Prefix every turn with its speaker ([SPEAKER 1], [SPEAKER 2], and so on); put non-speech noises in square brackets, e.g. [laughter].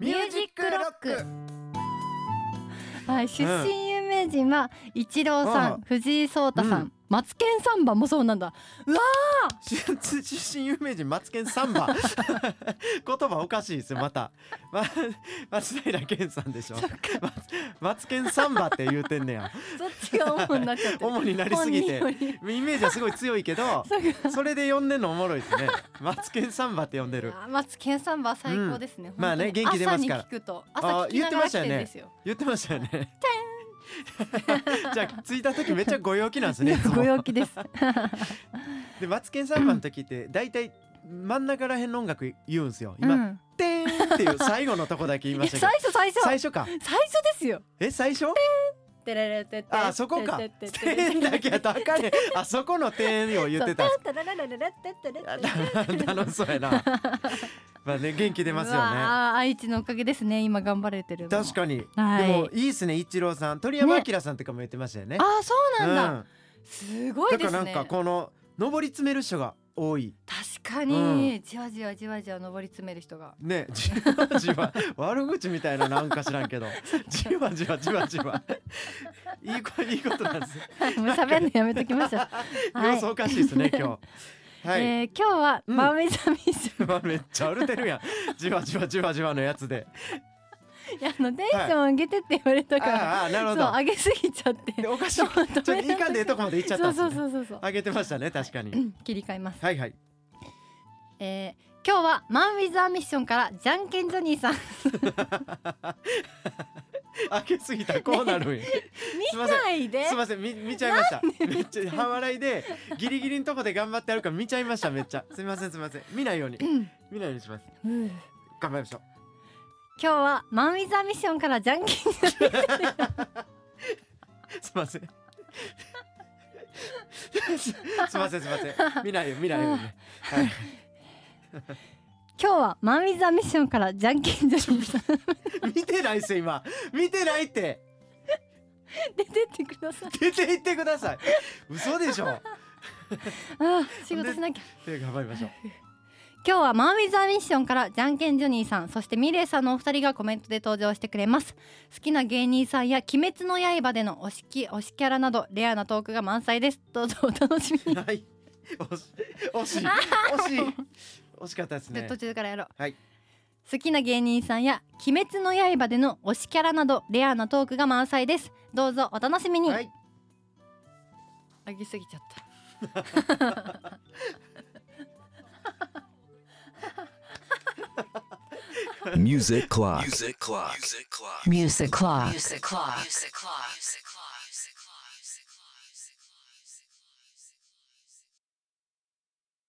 [SPEAKER 1] ミュージックロック
[SPEAKER 2] はい、出身有名人は一郎さん、
[SPEAKER 1] うん
[SPEAKER 2] 藤井聡太さん、
[SPEAKER 1] うん
[SPEAKER 2] マツケンサンバもそうなんだ
[SPEAKER 1] 出身有名人マツケンサン [laughs] バ言葉おかしいですよまた、ま、松平健さんでしょマツマツケンサンバって言うてんね [laughs] や
[SPEAKER 2] そっちが主になっちゃってる
[SPEAKER 1] 主になりすぎて
[SPEAKER 2] 本人より
[SPEAKER 1] イメージはすごい強いけどそれで呼んでんのおもろいですねマツケンサンバって呼んでる
[SPEAKER 2] あーマツケンサンバ最高ですね、
[SPEAKER 1] んまあね
[SPEAKER 2] 本当に
[SPEAKER 1] 元気出ますから
[SPEAKER 2] 朝に聞くと朝
[SPEAKER 1] あー
[SPEAKER 2] 聞きなが
[SPEAKER 1] 言
[SPEAKER 2] ら来て
[SPEAKER 1] ってましたよね
[SPEAKER 2] んですよ
[SPEAKER 1] 言ってましたよね [laughs] じゃあ着いた時めっちゃご陽気なんですねいつも
[SPEAKER 2] ご陽気です。
[SPEAKER 1] でマツケンサンバの時って大体真ん中らへんの音楽言うんすよ今、
[SPEAKER 2] うん、
[SPEAKER 1] てーんっていう最後のとこだけ言い
[SPEAKER 2] い
[SPEAKER 1] ま
[SPEAKER 2] や
[SPEAKER 1] した
[SPEAKER 2] 最
[SPEAKER 1] けど
[SPEAKER 2] 初最初
[SPEAKER 1] 最
[SPEAKER 2] 最初
[SPEAKER 1] 初か
[SPEAKER 2] ですよ。
[SPEAKER 1] え最初
[SPEAKER 2] てれれてて
[SPEAKER 1] あそこ
[SPEAKER 2] [laughs]
[SPEAKER 1] か
[SPEAKER 2] てててて
[SPEAKER 1] てんだけやとあかんねんあそこのてんを言ってたんす
[SPEAKER 2] そうてんてれれれれてってれって
[SPEAKER 1] あ楽しそうやなまあね元気出ます
[SPEAKER 2] う
[SPEAKER 1] よね
[SPEAKER 2] わー愛知のおかげですね。今頑張れてるのも。
[SPEAKER 1] 確かに、
[SPEAKER 2] はい
[SPEAKER 1] でもいいっすね一郎さん鳥山明さんとかも言ってましたよね
[SPEAKER 2] あーそうなんだ。
[SPEAKER 1] うん
[SPEAKER 2] すごいで
[SPEAKER 1] だ
[SPEAKER 2] す
[SPEAKER 1] から
[SPEAKER 2] ね。
[SPEAKER 1] なんかこの上り詰める人が多い
[SPEAKER 2] 確かに、じわじわじわじわ上り詰める人が。
[SPEAKER 1] ね [laughs] じわじわ悪口みたいななんか知らん
[SPEAKER 2] [laughs]
[SPEAKER 1] けどじわじわじわじわいいこいいことなんですよ、
[SPEAKER 2] もう喋るのやめときましょう。はい
[SPEAKER 1] [laughs] 様子おかしいですね
[SPEAKER 2] [laughs]
[SPEAKER 1] 今日はい、
[SPEAKER 2] えー今日 [laughs] は
[SPEAKER 1] うん
[SPEAKER 2] マーメイドミッション、
[SPEAKER 1] う [laughs] わめっちゃ歩れてるやんじわじわじわじわのやつで
[SPEAKER 2] い [laughs] やあのテンション上げてって言われた
[SPEAKER 1] あ
[SPEAKER 2] から、
[SPEAKER 1] あああなる
[SPEAKER 2] そ
[SPEAKER 1] ほ
[SPEAKER 2] う
[SPEAKER 1] ど
[SPEAKER 2] 上げすぎちゃって。
[SPEAKER 1] でおかしい
[SPEAKER 2] ち
[SPEAKER 1] ち
[SPEAKER 2] ょ
[SPEAKER 1] ょ
[SPEAKER 2] っと
[SPEAKER 1] っといい感じでとこまで行っちゃったんです、ね、
[SPEAKER 2] そうそうそうそうそう。
[SPEAKER 1] 上げてましたね確かに、
[SPEAKER 2] 切り替えます。
[SPEAKER 1] はいはい
[SPEAKER 2] えー、今日はマンウィズアミッションからじゃんけんジョニ [laughs] ーさん。
[SPEAKER 1] 上げすぎたらこうな
[SPEAKER 2] [laughs]
[SPEAKER 1] るんやすいま
[SPEAKER 2] 見
[SPEAKER 1] せん
[SPEAKER 2] ないです
[SPEAKER 1] い。ません見見ちゃいましためっちゃ半笑いでギリギリのとこで頑張ってあるから見ちゃいましためっちゃすいませんすいません見ないように
[SPEAKER 2] うん
[SPEAKER 1] 見ないようにします
[SPEAKER 2] うん
[SPEAKER 1] 頑張りましょう
[SPEAKER 2] 今日はマンウィズアミッションからじゃんけんジョニーさん。
[SPEAKER 1] すいま
[SPEAKER 2] [laughs]
[SPEAKER 1] せんすすいませんすいません見ないよ見ない
[SPEAKER 2] [laughs]
[SPEAKER 1] ようにねはい
[SPEAKER 2] 今日はマンウィズアミッションからじゃんけんジョニーさん。 [laughs]
[SPEAKER 1] 見てないっすよ今見てないって
[SPEAKER 2] 出てってください。
[SPEAKER 1] 出て行ってください嘘でしょ
[SPEAKER 2] あー仕事しなきゃ。
[SPEAKER 1] で頑張りましょう
[SPEAKER 2] 今日はマンウィズアミッションからじゃんけんジョニーさんそしてミレイさんのお二人がコメントで登場してくれます好きな芸人さんや鬼滅の刃での推しき推しキャラなどレアなトークが満載ですどうぞお楽しみに、
[SPEAKER 1] はい惜し惜しい惜しい惜しかったです
[SPEAKER 2] じゃあ
[SPEAKER 1] ね
[SPEAKER 2] 途中からやろう
[SPEAKER 1] はい
[SPEAKER 2] 好きな芸人さんや鬼滅の刃での推しキャラなどレアなトークが満載ですどうぞお楽しみに、
[SPEAKER 1] はい
[SPEAKER 2] 上げすぎちゃった
[SPEAKER 3] ？Music Clock。
[SPEAKER 4] Music clock. Music clock.
[SPEAKER 5] Music Clock.
[SPEAKER 4] Music clock. Music clock. Music clock.